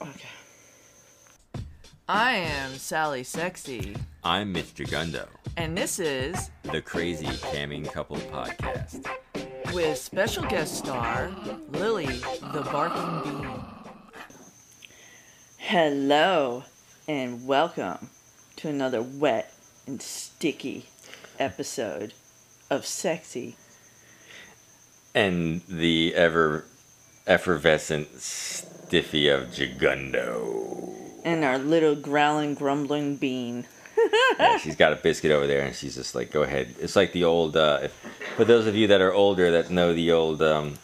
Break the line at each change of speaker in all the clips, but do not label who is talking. Okay. I am Sally Sexy,
I'm Mr. Gundo,
and this is
the Crazy Camming Couple Podcast.
with special guest star Lily the Barking Bean. Hello, and welcome to another wet and sticky episode of Sexy.
And the ever effervescent stiffy of Gigundo.
And our little growling, grumbling bean.
yeah, she's got a biscuit over there, and she's just like, "Go ahead." It's like the old. Uh, if, for those of you that are older that know the old, um,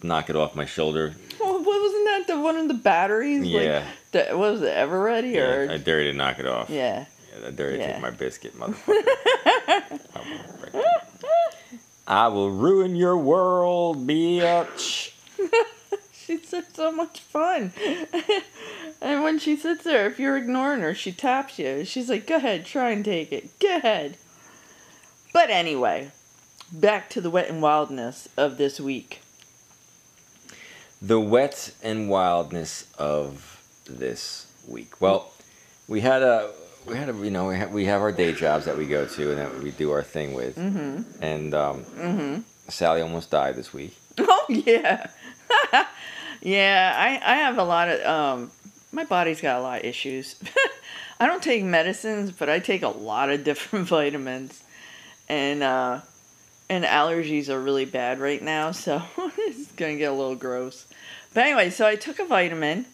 knock it off my shoulder.
Well, what wasn't that the one in the batteries?
Yeah.
Like, the, what was it, Ever Ready? Or,
Yeah, I dare you to knock it off.
yeah.
Yeah, I dare you to
Yeah.
take my biscuit, motherfucker. I will ruin your world, bitch.
She's had so much fun. and when she sits there, if you're ignoring her, she taps you. She's like, go ahead, try and take it. Go ahead. But anyway, back to the wet and wildness of this week.
the wet and wildness of this week. Well, we had a we had a you know we have, we have our day jobs that we go to and that we do our thing with. Mm-hmm. And um, Sally almost died this week.
Oh, yeah. yeah, I, I have a lot of, um, my body's got a lot of issues. I don't take medicines, but I take a lot of different vitamins. And, uh, and allergies are really bad right now, so it's gonna get a little gross. But anyway, so I took a vitamin,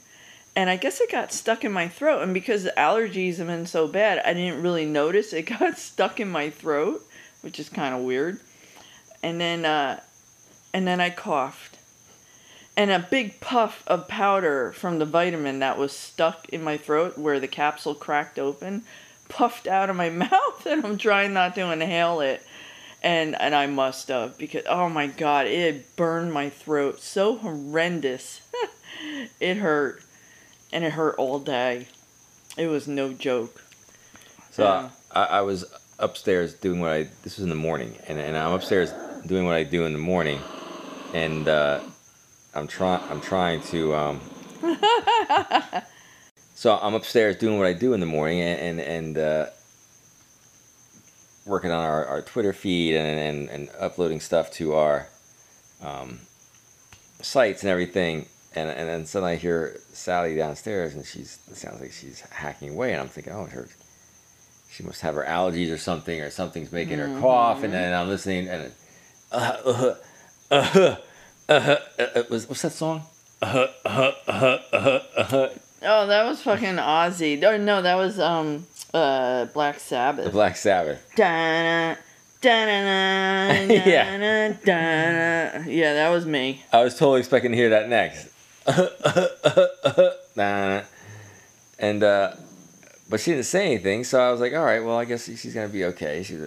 and I guess it got stuck in my throat. And because the allergies have been so bad, I didn't really notice it got stuck in my throat, which is kind of weird. And then, uh, and then I coughed, and a big puff of powder from the vitamin that was stuck in my throat, where the capsule cracked open, puffed out of my mouth, and I'm trying not to inhale it and and I must have because oh my god, it burned my throat so horrendous. it hurt, and it hurt all day. It was no joke.
So
Yeah.
I, I was upstairs doing what I this was in the morning, and, and I'm upstairs doing what I do in the morning, and uh, I'm trying I'm trying to. Um, so I'm upstairs doing what I do in the morning, and and, and uh, working on our, our Twitter feed and, and and uploading stuff to our um, sites and everything. And, and then suddenly I hear Sally downstairs, and she's it sounds like she's hacking away, and I'm thinking, oh, her she must have her allergies or something, or something's making her cough. And then I'm listening, and it, uh, uh, uh, uh, uh, uh, uh, was, what's that song? Uh, uh, uh, uh, uh,
Oh, that was fucking Ozzy. Oh no, that was um uh Black
the
Sabbath.
Black Sabbath.
Da-na, da-na-na,
Yeah.
da-na, da-na. Yeah, that was me.
I was totally expecting to hear that next. Uh, Nah. and uh, but she didn't say anything, so I was like, all right, well, I guess she's gonna be okay. She's,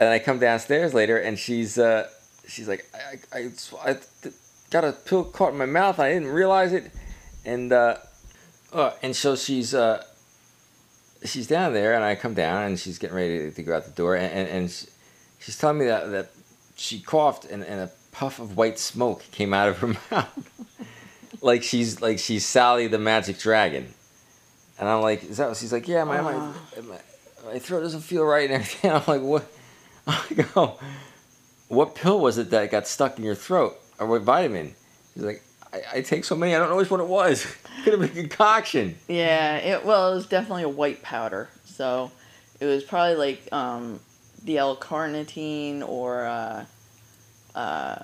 and I come downstairs later, and she's uh, she's like, I, I, I, sw- I th- got a pill caught in my mouth, I didn't realize it, and uh, uh, and so she's uh, she's down there, and I come down, and she's getting ready to, to go out the door, and and, and she, she's telling me that that she coughed, and, and a puff of white smoke came out of her mouth, like she's like she's Sally the Magic Dragon, and I'm like, is that? She's like, yeah, my my, my my throat doesn't feel right and everything. I'm like, what? I'm like, oh, what pill was it that got stuck in your throat, or what vitamin? She's like, I, I take so many, I don't know which one it was. Could have been a concoction.
Yeah, it well, it was definitely a white powder. So it was probably like um, the L-carnitine or uh, uh,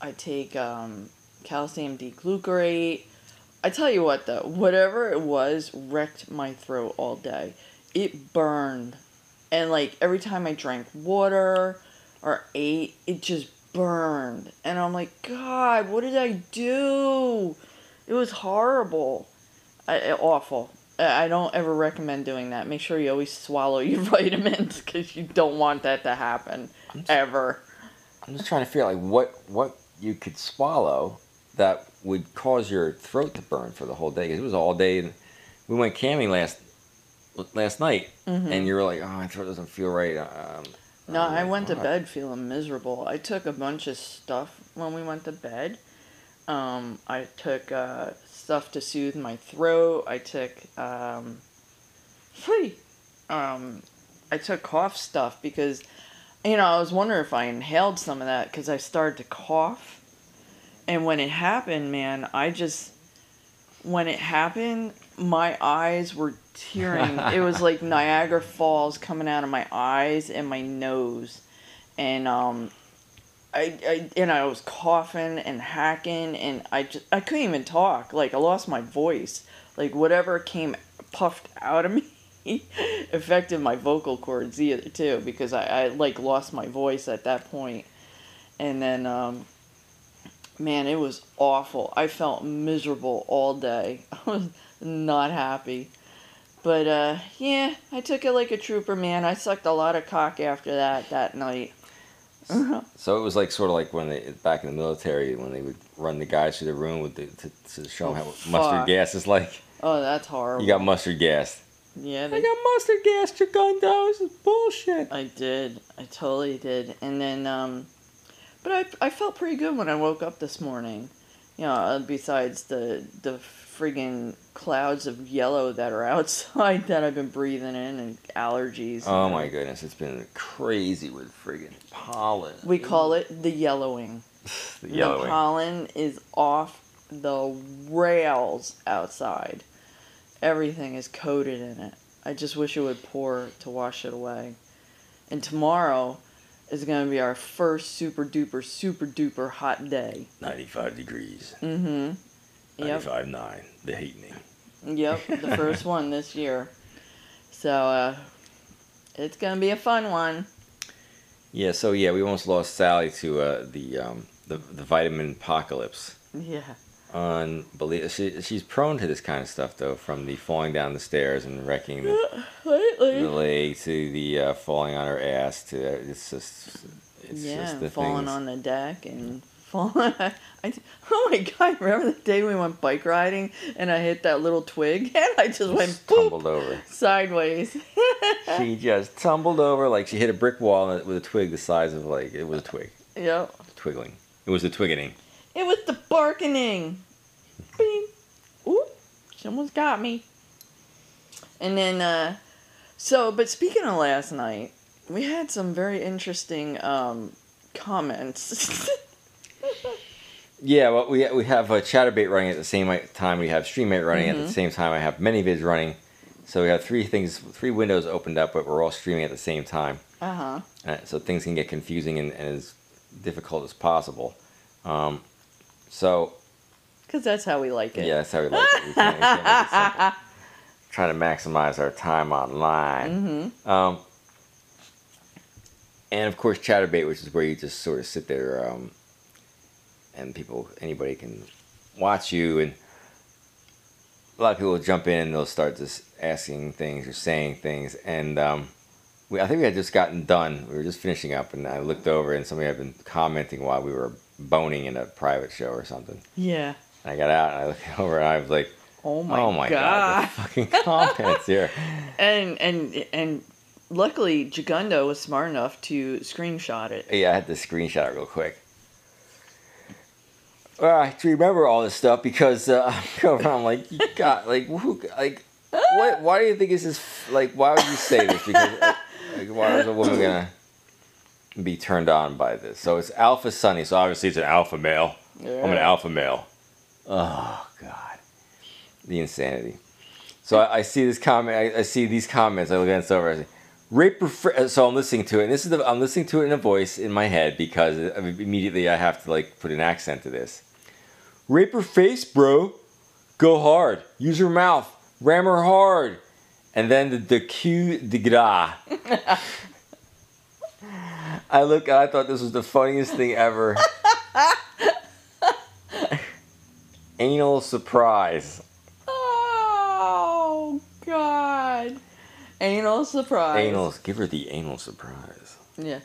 I take um, calcium deglucurate. I tell you what though, whatever it was wrecked my throat all day. It burned, and like every time I drank water or ate, it just burned, and I'm like, God, what did I do? It was horrible. I, awful. I I don't ever recommend doing that. Make sure you always swallow your vitamins because you don't want that to happen ever.
I'm just trying to figure out like what what you could swallow that would cause your throat to burn for the whole day. 'Cause it was all day. And we went camping last last night, and you were like, "Oh, my throat doesn't feel right." Um,
No,
I'm
I
like,
went to
"Oh."
bed feeling miserable. I took a bunch of stuff when we went to bed, Um, I took uh, stuff to soothe my throat. I took um, phew, um, I took cough stuff because you know I was wondering if I inhaled some of that because I started to cough, and when it happened, man, I just when it happened, my eyes were tearing. it was like Niagara Falls coming out of my eyes and my nose, and um, I, I and I was coughing and hacking and I just I couldn't even talk. Like I lost my voice. Like whatever came puffed out of me affected my vocal cords either too because I, I like lost my voice at that point. And then um man, it was awful. I felt miserable all day. I was not happy. But uh yeah, I took it like a trooper, man. I sucked a lot of cock after that that night.
So it was like sort of like when they back in the military when they would run the guys through the room with the to, to show
Oh,
them how
fuck.
mustard gas is like.
Oh, that's horrible.
You got mustard gas.
yeah,
I
they
got mustard gas, Chigundo. This is bullshit.
I did. I totally did. And then, um, but I, I felt pretty good when I woke up this morning. You know, uh, besides the the friggin' clouds of yellow that are outside that I've been breathing in and allergies.
Oh my goodness, it's been crazy with friggin' pollen.
We call it the yellowing.
the
The
yellowing.
pollen is off the rails outside. Everything is coated in it. I just wish it would pour to wash it away. And tomorrow is going to be our first super duper, super duper hot day.
95 degrees.
Mm hmm. Yep.
95.9. The heating.
Yep. The first one this year. So, uh, it's going to be a fun one.
Yeah, so yeah, we almost lost Sally to uh, the, um, the the vitamin apocalypse.
Yeah.
Unbelievable. She, she's prone to this kind of stuff, though, from the falling down the stairs and wrecking the, the
Lately.
leg to the uh, falling on her ass to uh, it's just it's
yeah,
just the
falling
things.
on the deck and falling. I, th- oh my god! Remember the day we went bike riding and I hit that little twig and I just went
Just
boop
tumbled over.
sideways.
She just tumbled over like she hit a brick wall with a twig the size of like it was a twig,
yep,
twiggling. It was the twiggening.
it was the barking. Beep. Ooh, someone's got me. And then, uh, so but speaking of last night, we had some very interesting um, comments.
Yeah, well, we we have uh, ChatterBait running at the same time. We have StreamMate running at the same time. I have ManyVids running, so we have three things, three windows opened up, but we're all streaming at the same time.
uh huh.
Uh, so things can get confusing and, and as difficult as possible. Um, so
Because that's how we like it.
yeah, that's how we like it. We can't, we can't make it simple. Trying to maximize our time online.
Mm-hmm.
Um, and of course, ChatterBait, which is where you just sort of sit there, um, and people, anybody can watch you, and a lot of people will jump in and they'll start just asking things or saying things, and um, we, I think we had just gotten done. We were just finishing up, and I looked over, and somebody had been commenting while we were boning in a private show or something.
Yeah.
And I got out, and I looked over, and I was like,
Oh my,
"Oh my
god.
god, the fucking comments here!"
And and and luckily Jagundo was smart enough to screenshot it.
Yeah, I had to screenshot it real quick. All right, to remember all this stuff because uh, I'm going around like, you got like, who, like, what? Why do you think this is like? Why would you say this? Because uh, like, why is a woman gonna be turned on by this? So it's alpha sunny. So obviously it's an alpha male. I'm an alpha male. Oh God, the insanity. So I, I see this comment. I, I see these comments. I look at it over. I say, Rape refer- so I'm listening to it, and this is the, I'm listening to it in a voice in my head because I mean, immediately I have to like put an accent to this. Rape her face, bro. Go hard. Use her mouth. Ram her hard. And then the the cue de gras. I look. I thought this was the funniest thing ever. Anal surprise.
Oh god. Anal surprise.
Anal. Give her the anal surprise.
Yeah.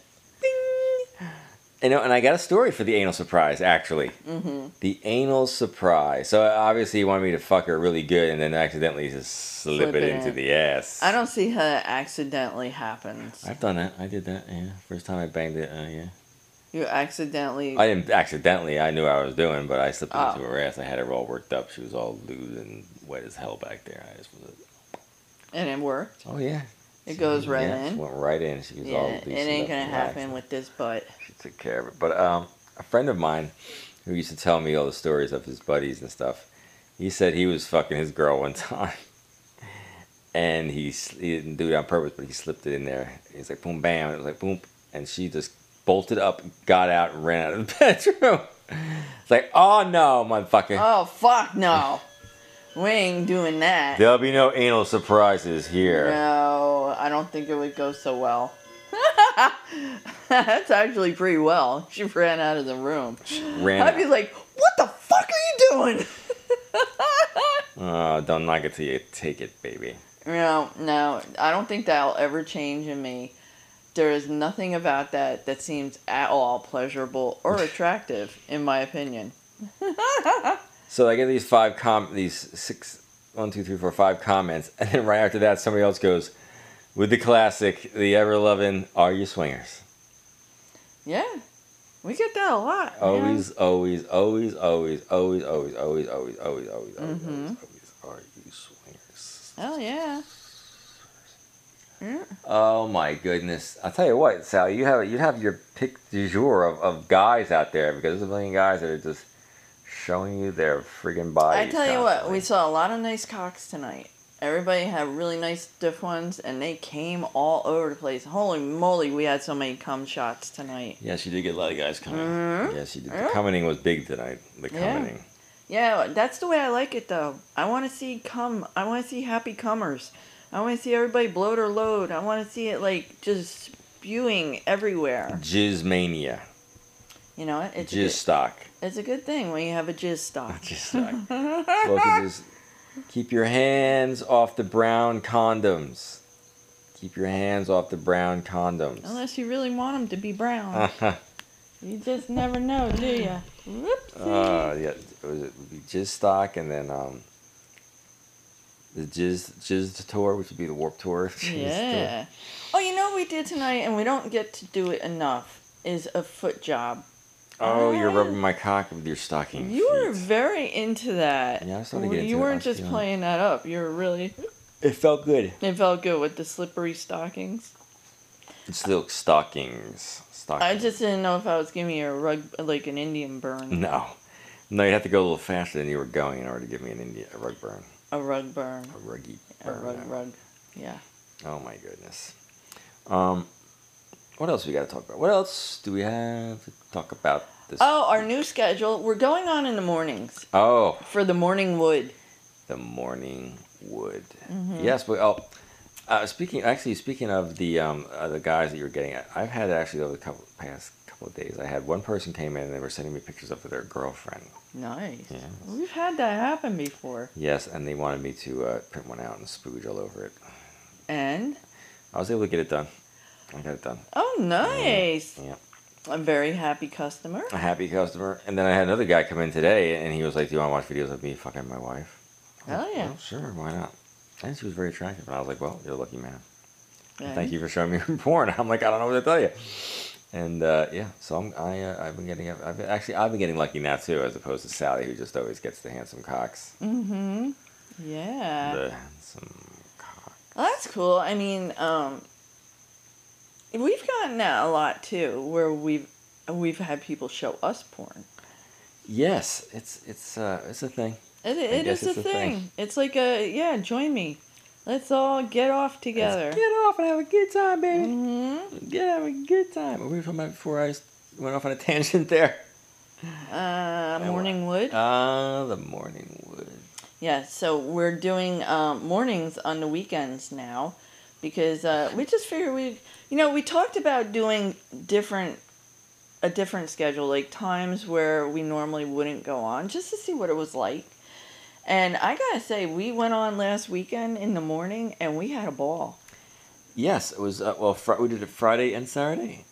And, and I got a story for the anal surprise, actually.
Mm-hmm.
The anal surprise. So obviously, you wanted me to fuck her really good and then accidentally just slip,
Slip
it,
it
into
in.
the ass.
I don't see how that accidentally happens.
I've done that. I did that, yeah. First time I banged it, uh, yeah.
You accidentally.
I didn't accidentally. I knew what I was doing, but I slipped
Oh.
into her ass. I had her all worked up. She was all lewd and wet as hell back there. I just was.
and it worked.
Oh yeah.
It goes right
Yeah,
in.
She went right in. She was
Yeah,
all.
it
loosened
ain't
up
gonna
and relaxed.
happen with this butt.
She took care of it. But um, a friend of mine who used to tell me all the stories of his buddies and stuff, he said he was fucking his girl one time. And he, s- he didn't do it on purpose, but he slipped it in there. He's like, boom, bam. It was like, boom. And she just bolted up, got out, and ran out of the bedroom. It's like, oh no, motherfucker.
Oh fuck no, we ain't doing that.
There'll be no anal surprises here.
No, I don't think it would go so well. That's actually pretty well. She ran out of the room.
Ran
I'd be
out.
like, what the fuck are you doing?
Oh, don't knock it till you take it, baby.
No, no, I don't think that'll ever change in me. There is nothing about that that seems at all pleasurable or attractive, in my opinion.
So I get these five com these six one two three four five comments, and then right after that, somebody else goes with the classic, the ever loving, "Are you swingers?"
Yeah, we get that a lot. man.
Always, always, always, always, always, always, always, always, always, always, always, always,
Mhm.
always. Are you swingers?
Oh yeah. Yeah.
Oh my goodness! I'll tell you what, Sal, you have you have your pick du jour of, of guys out there because there's a million guys that are just showing you their friggin'
I
bodies.
tell you what, we
constantly.
saw a lot of nice cocks tonight. Everybody had really nice stiff ones, and they came all over the place. Holy moly, we had so many cum shots tonight.
Yeah, she did get a lot of guys coming.
Mhm.
Yeah, she did.
Yeah.
The commenting was big tonight. The
Yeah.
commenting.
Yeah, that's the way I like it though. I want to see cum. I want to see happy comers. I want to see everybody blow their load. I want to see it like just spewing everywhere.
Jizz mania.
You know, what? it's a
Jizz
good,
stock.
it's a good thing when you have a jizz stock.
Jizz stock. Fucking just keep your hands off the brown condoms. Keep your hands off the brown condoms.
Unless you really want them to be brown,
Uh,
you just never know, do you? Whoopsie.
Ah, yeah, it was it would be jizz stock and then um the jizz jizz tour, which would be the warp tour. Jizz tour.
Yeah. Oh, you know what we did tonight, and we don't get to do it enough, is a foot job.
Oh, you're
Oh.
rubbing my cock with your stocking.
You were
feet.
very into that.
Oh, Yeah, I was starting to get
You
into it. I
weren't
was
just
feeling it.
playing that up. You were really.
It felt good.
It felt good with the slippery stockings.
It's little stockings. Stockings.
I just didn't know if I was giving you a rug like an Indian burn,
No. No, you have to go a little faster than you were going in order to give me an India a rug burn.
a rug burn,
A ruggy
a
Mm-hmm. burn.
rug rug. Yeah.
Oh my goodness. Um what else we gotta talk about? What else do we have to talk about this
Oh, our new schedule. We're going on in the mornings
Oh,
for the morning wood.
the morning wood.
Mm-hmm.
Yes, but oh uh, speaking actually speaking of the um uh, the guys that you're getting at, I've had actually over the couple past couple of days, I had one person came in and they were sending me pictures of their girlfriend.
Nice.
Yeah.
We've had that happen before.
Yes, and they wanted me to uh, print one out and spooge all over it.
And
I was able to get it done. I got it done.
oh, nice.
Yeah. Oh,
A very happy customer.
A happy customer. And then I had another guy come in today and he was like, Do you want to watch videos of me fucking my wife? I'm
Oh,
like,
yeah.
"Well, sure, why not? And she was very attractive. And I was like, Well, you're a lucky man. And
Right?
Thank you for showing me your porn. I'm like, I don't know what to tell you. And uh, yeah, so I'm, I, uh, I've been getting, I've been, actually, I've been getting lucky now too, as opposed to Sally, who just always gets the handsome cocks.
Mhm. Yeah.
The handsome cock.
Well, that's cool. I mean, um, we've gotten that a lot too, where we've we've had people show us porn.
Yes, it's it's uh, it's a thing.
It, it
guess
is a
it's a
thing.
thing.
It's like a yeah. Join me. Let's all get off
Let's
together.
Get off and have a good time, baby.
Mm-hmm.
Yeah, have a good time. What were we talking about before I s- went off on a tangent there?
Uh, morning wood.
Ah, the morning wood.
Yeah, so we're doing um, mornings on the weekends now because uh, we just figured we, you know, we talked about doing different, a different schedule, like times where we normally wouldn't go on, just to see what it was like. And I gotta say, we went on last weekend in the morning and we had a ball.
Yes, it was. Uh, well, fr- we did it Friday and Saturday.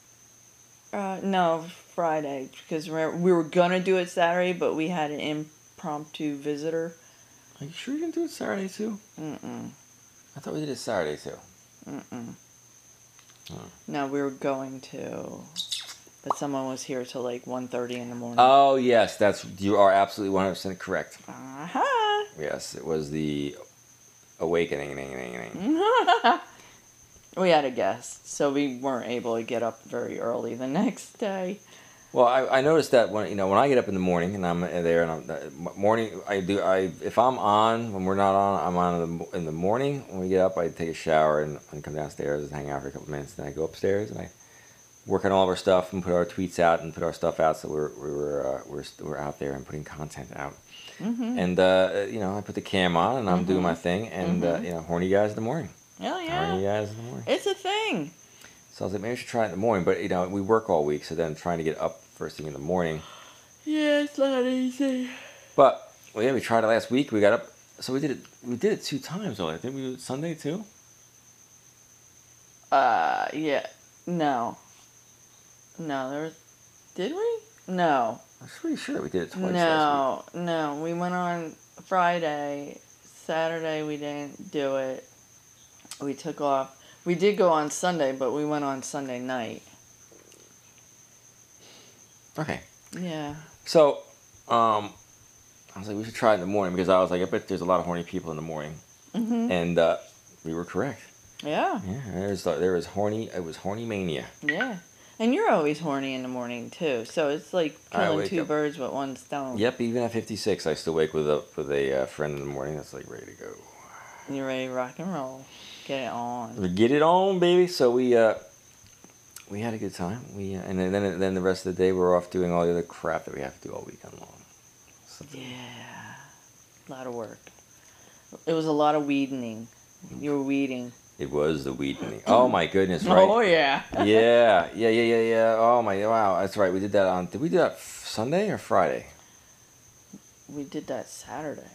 Uh, no, Friday because remember, we were gonna do it Saturday, but we had an impromptu visitor.
Are you sure you can do it Saturday too?
Mm-mm,
I thought we did it Saturday too.
mm-mm.
Oh.
No, we were going to, but that someone was here till like 1.30 in the morning.
Oh yes, that's you are absolutely one hundred percent correct.
Uh-huh.
Yes, it was the awakening.
We had a guest, so we weren't able to get up very early the next day.
Well, I, I noticed that when you know when I get up in the morning and I'm there and I'm uh, m- morning I do I if I'm on when we're not on I'm on in the, mo- in the morning when we get up I take a shower and, and come downstairs and hang out for a couple minutes then I go upstairs and I work on all of our stuff and put our tweets out and put our stuff out so we're we were uh, we're st- we're out there and putting content out
Mm-hmm.
and uh, you know I put the cam on and I'm doing my thing and uh, you know horny guys in the morning
Oh, yeah.
horny guys in the morning.
It's a thing.
So I was like, maybe I should try it in the morning. But you know, we work all week, so then trying to get up first thing in the morning.
Yeah, it's not easy.
But well, yeah, we tried it last week. We got up, so we did it. We did it two times. All I think we did it Sunday too.
Uh, yeah. No. No, there was... Did we? No.
I'm pretty sure we did it twice last
No, no. We went on Friday. Saturday we didn't do it. We took off. We did go on Sunday, but we went on Sunday night.
week. Okay,
Yeah.
so um, I was like, we should try it in the morning because I was like, I bet there's a lot of horny people in the morning,
Mm-hmm.
and uh, we were correct.
Yeah.
Yeah, there's there was horny. It was horny mania.
Yeah. And you're always horny in the morning too, so it's like
I
killing
wake
two
up-
birds with one stone.
Yep, even at 56, I still wake with up with a uh, friend in the morning that's like ready to go.
You're ready to rock and roll. Get it on.
Get it on, baby. So we uh, we had a good time. We uh, and then then- then the rest of the day we're off doing all the other crap that we have to do all weekend long. So-
Yeah. A lot of work. It was a lot of weeding. You were weeding.
It was the weed. and the- Oh my goodness, right?
Oh yeah.
yeah, yeah, yeah, yeah, yeah. Oh my, wow, that's right. We did that on. Did we do that f- Sunday or Friday?
We did that Saturday.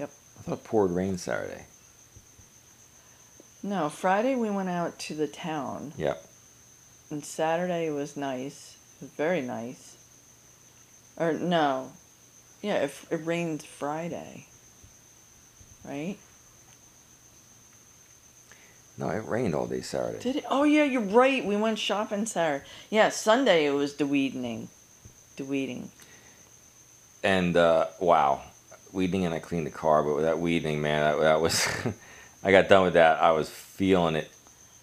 I thought it poured rain Saturday.
No, Friday we went out to the town,
Yeah.
and Saturday was nice. It was very nice. Or no, yeah, it, it rained Friday. Right?
No, it rained all day Saturday.
Did it? Oh yeah, you're right. We went shopping Saturday. Yeah, Sunday it was the weeding, the weeding.
and uh, wow, weeding and I cleaned the car, but with that weeding, man, that, that was. I got done with that. I was feeling it,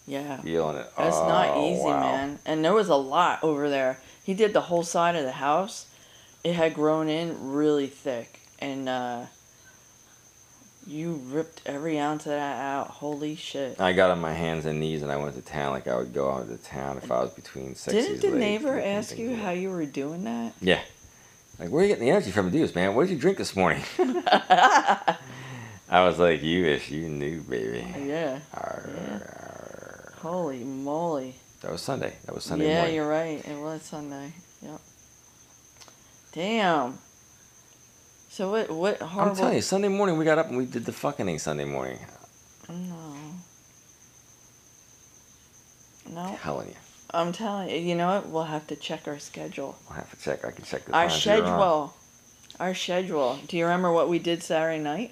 Yeah,
feeling it.
that's not
Oh,
easy,
wow.
man. And there was a lot over there. He did the whole side of the house. It had grown in really thick, and uh, you ripped every ounce of that out. Holy shit!
I got on my hands and knees and I went to town. Like I would go out to town if I was between sexes.
Didn't the
late,
neighbor
and
ask
things
you
like
how you were doing that?
that. Yeah. Like where are you getting the energy from, to do this, man? What did you drink this morning? I was like, you ish, you knew, baby.
Yeah.
Arr,
Yeah.
arr.
Holy moly.
That was Sunday. That was Sunday
yeah,
morning.
you're right. It was Sunday. Yep. Damn. So what? What horrible?
I'm telling you, Sunday morning we got up and we did the fucking Sunday morning.
No. No,
I'm telling you,
I'm telling you. You know what? We'll have to check our schedule.
I'll have to check. I can check the
Our
times later on.
schedule. Our schedule. Do you remember what we did Saturday night?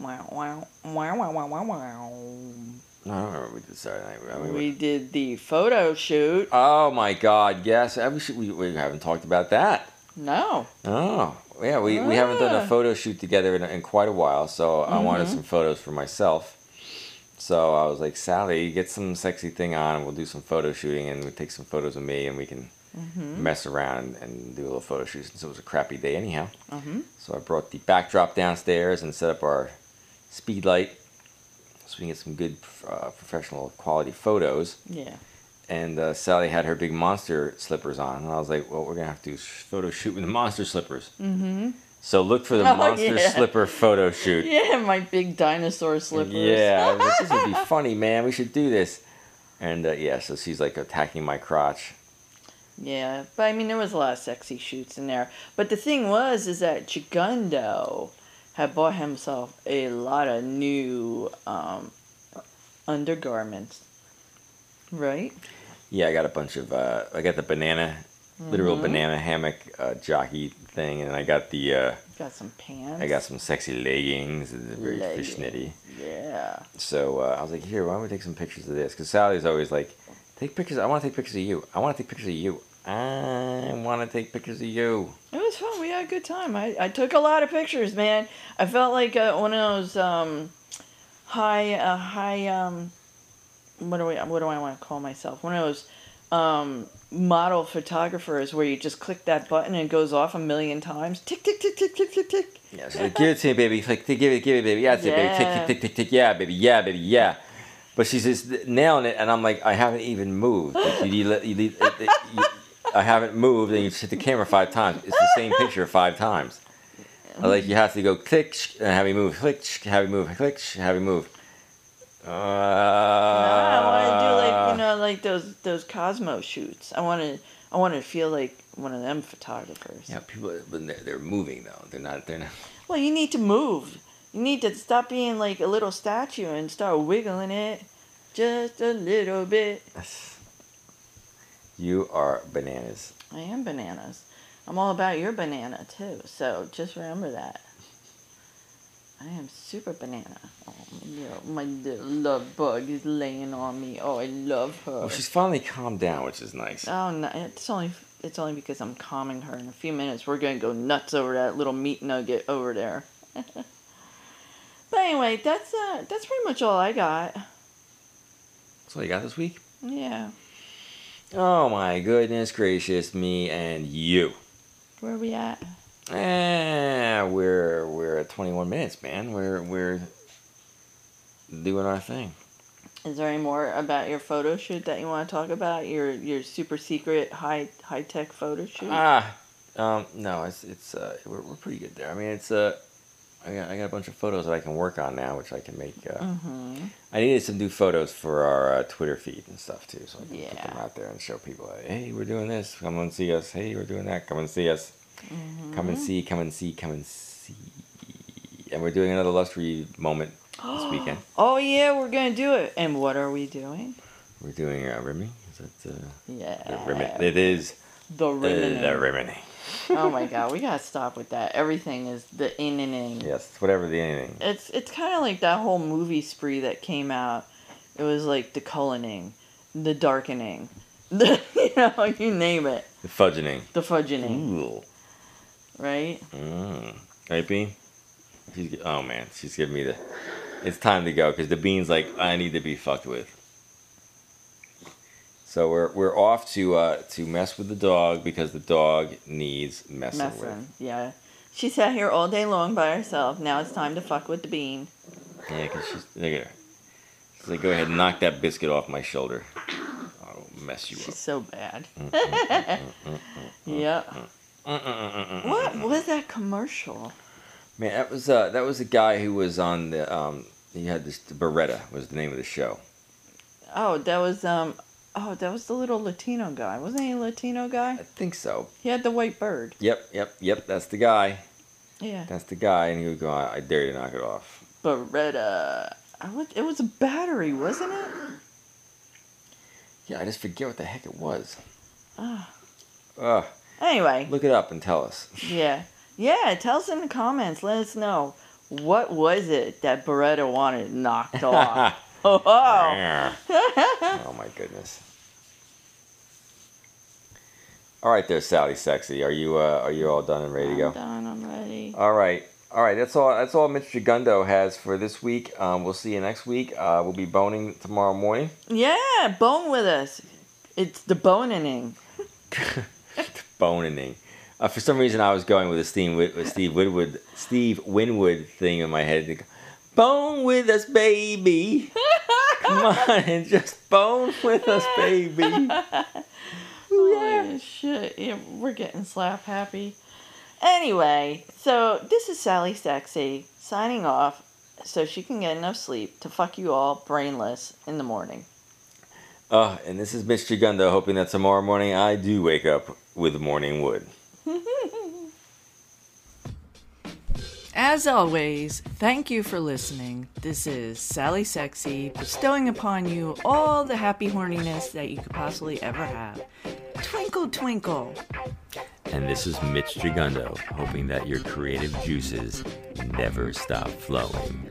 Wow! Wow! Wow! Wow! Wow! Wow! Wow!
No, I don't remember what we did Saturday night. I mean, we-
We did the photo shoot.
oh my God, yes. I- We, should, we, we haven't talked about that.
No.
Oh, yeah. We, we haven't done
Ah.
a photo shoot together in, in quite a while, so I wanted some photos for myself. So I was like, Sally, get some sexy thing on, and we'll do some photo shooting, and we take some photos of me, and we can
Mm-hmm.
mess around and do a little photo shoot. Since it was a crappy day, anyhow.
Mhm.
So I brought the backdrop downstairs and set up our speed light, so we can get some good uh, professional quality photos.
Yeah.
and uh, Sally had her big monster slippers on, and I was like, "Well, we're gonna have to do sh- photo shoot with the monster slippers." Mm-hmm. So look for the
Oh,
monster
yeah.
slipper photo shoot.
Yeah, my big dinosaur slippers.
Yeah, I was like, this would be funny, man. We should do this. And uh, yeah, so she's like attacking my crotch.
Yeah, but I mean, there was a lot of sexy shoots in there. But the thing was, is that Chigundo had bought himself a lot of new um, undergarments. Right?
Yeah, I got a bunch of. Uh, I got the banana
Mm-hmm.
literal banana hammock uh, jockey thing, and I got the uh,
Got some pants.
I got some sexy leggings, and they're very
Leggings.
fishnetty.
Yeah.
So uh, I was like, here, why don't we take some pictures of this? Because Sally's always like, take pictures. I want to take pictures of you. I want to take pictures of you. I want to take pictures of you.
It was fun. We had a good time. I, I took a lot of pictures, man. I felt like uh, one of those um, high uh, high um, what do we what do I want to call myself? One of those um, model photographers where you just click that button and it goes off a million times. Tick tick tick tick tick tick tick.
Yeah, she's like, give it to me, baby. Like, give it, give it, baby. Yeah, it's it, baby. Tick,
Yeah.
tick, tick, tick, tick. Yeah, baby. Yeah, baby. Yeah. But she's just nailing it, and I'm like, I haven't even moved. Like, you, you, you, you, you, I haven't moved, and you hit the camera five times. It's the same picture five times. I like you have to go click sh- and have me move, click, sh- have me move, click, sh- have me move. Uh,
No, I want to do like you know like those those Cosmo shoots. I want to I want to feel like one of them photographers.
Yeah, people, but they're, they're moving though. They're not. They're not.
Well, you need to move. You need to stop being like a little statue and start wiggling it just a little bit.
You are bananas.
I am bananas. I'm all about your banana too. So just remember that. I am super banana. Oh, my, little, my little love bug is laying on me. Oh, I love her.
Well, she's finally calmed down, which is nice.
Oh no! It's only it's only because I'm calming her. In a few minutes, we're gonna go nuts over that little meat nugget over there. but anyway, that's uh, that's pretty much all I got.
That's all you got this week.
Yeah,
Oh my goodness gracious me and you.
where are we at?
Eh, we're we're at 21 minutes, man. We're we're doing our thing.
Is there any more about your photo shoot that you want to talk about? Your your super secret high high tech photo shoot?
Ah, um, no, it's it's uh, we're, we're pretty good there. I mean, it's uh, I got I got a bunch of photos that I can work on now, which I can make. Uh,
mm-hmm.
I needed some new photos for our uh, Twitter feed and stuff too, so I can put
Yeah.
them out there and show people. like, Hey, we're doing this. Come and see us. Hey, we're doing that. Come and see us.
Mm-hmm.
Come and see. Come and see. Come and see. And we're doing another lustry moment this weekend.
Oh yeah, we're gonna do it. And what are we doing?
We're doing uh, Remy. Is that uh, the
Yeah,
Remy? It is
the
uh, the
rim.
Remy.
oh my god, we gotta stop with that. Everything is the in and in.
Yes, it's whatever the anything.
It's it's kind of like that whole movie spree that came out. It was like the cullining, the darkening, the you know you name it,
The fudgening.
the fudgening,
Ooh.
right?
Mm. Right, Bean? She's, gi- oh man, she's giving me the. It's time to go because the bean's like I need to be fucked with. So we're we're off to uh to mess with the dog because the dog needs messing,
Messing,
with.
yeah. She sat here all day long by herself. Now it's time to fuck with the bean.
Yeah, 'cause she's look at her. She's like, go ahead, and knock that biscuit off my shoulder. I'll mess you
She's
up.
so
Mm,
bad. yeah.
Mm-mm-mm-mm-mm.
What was that commercial?
Man, that was uh that was a guy who was on the um he had this Beretta was the name of the show.
Oh, that was um. Oh, that was the little Latino guy. Wasn't he a Latino guy?
I think so.
He had the white bird.
Yep, yep, yep. That's the guy.
Yeah.
That's the guy, and he would go, I, I dare you to knock it off.
Beretta. I was, it was a battery, wasn't it?
Yeah, I just forget what the heck it was.
Ah.
Ugh,
Anyway,
look it up and tell us.
yeah. Yeah, tell us in the comments. Let us know. What was it that Beretta wanted knocked off? oh, oh.
oh my goodness. All right, there, Sally, sexy. Are you uh, are you all done and ready to go?
I'm done. I'm ready.
All right. All right, that's all. That's all Mitch Gundo has for this week. Um, we'll see you next week. Uh, we'll be boning tomorrow morning.
Yeah, bone with us. It's the boning.
boning. Uh, for some reason, I was going with a Steve, Wid- with Steve Winwood, Steve Winwood thing in my head. Bone with us, baby. Come on, and just bone with us, baby.
Holy shit. Oh, Yeah, we're getting slap happy. Anyway, so this is Sally Sexy signing off so she can get enough sleep to fuck you all brainless in the morning.
Uh, and this is Mitch Gigundo, hoping that tomorrow morning I do wake up with morning wood.
As always, thank you for listening. This is Sally Sexy bestowing upon you all the happy horniness that you could possibly ever have. Twinkle, twinkle.
And this is Mitch Gigundo, hoping that your Ah. creative juices never stop flowing.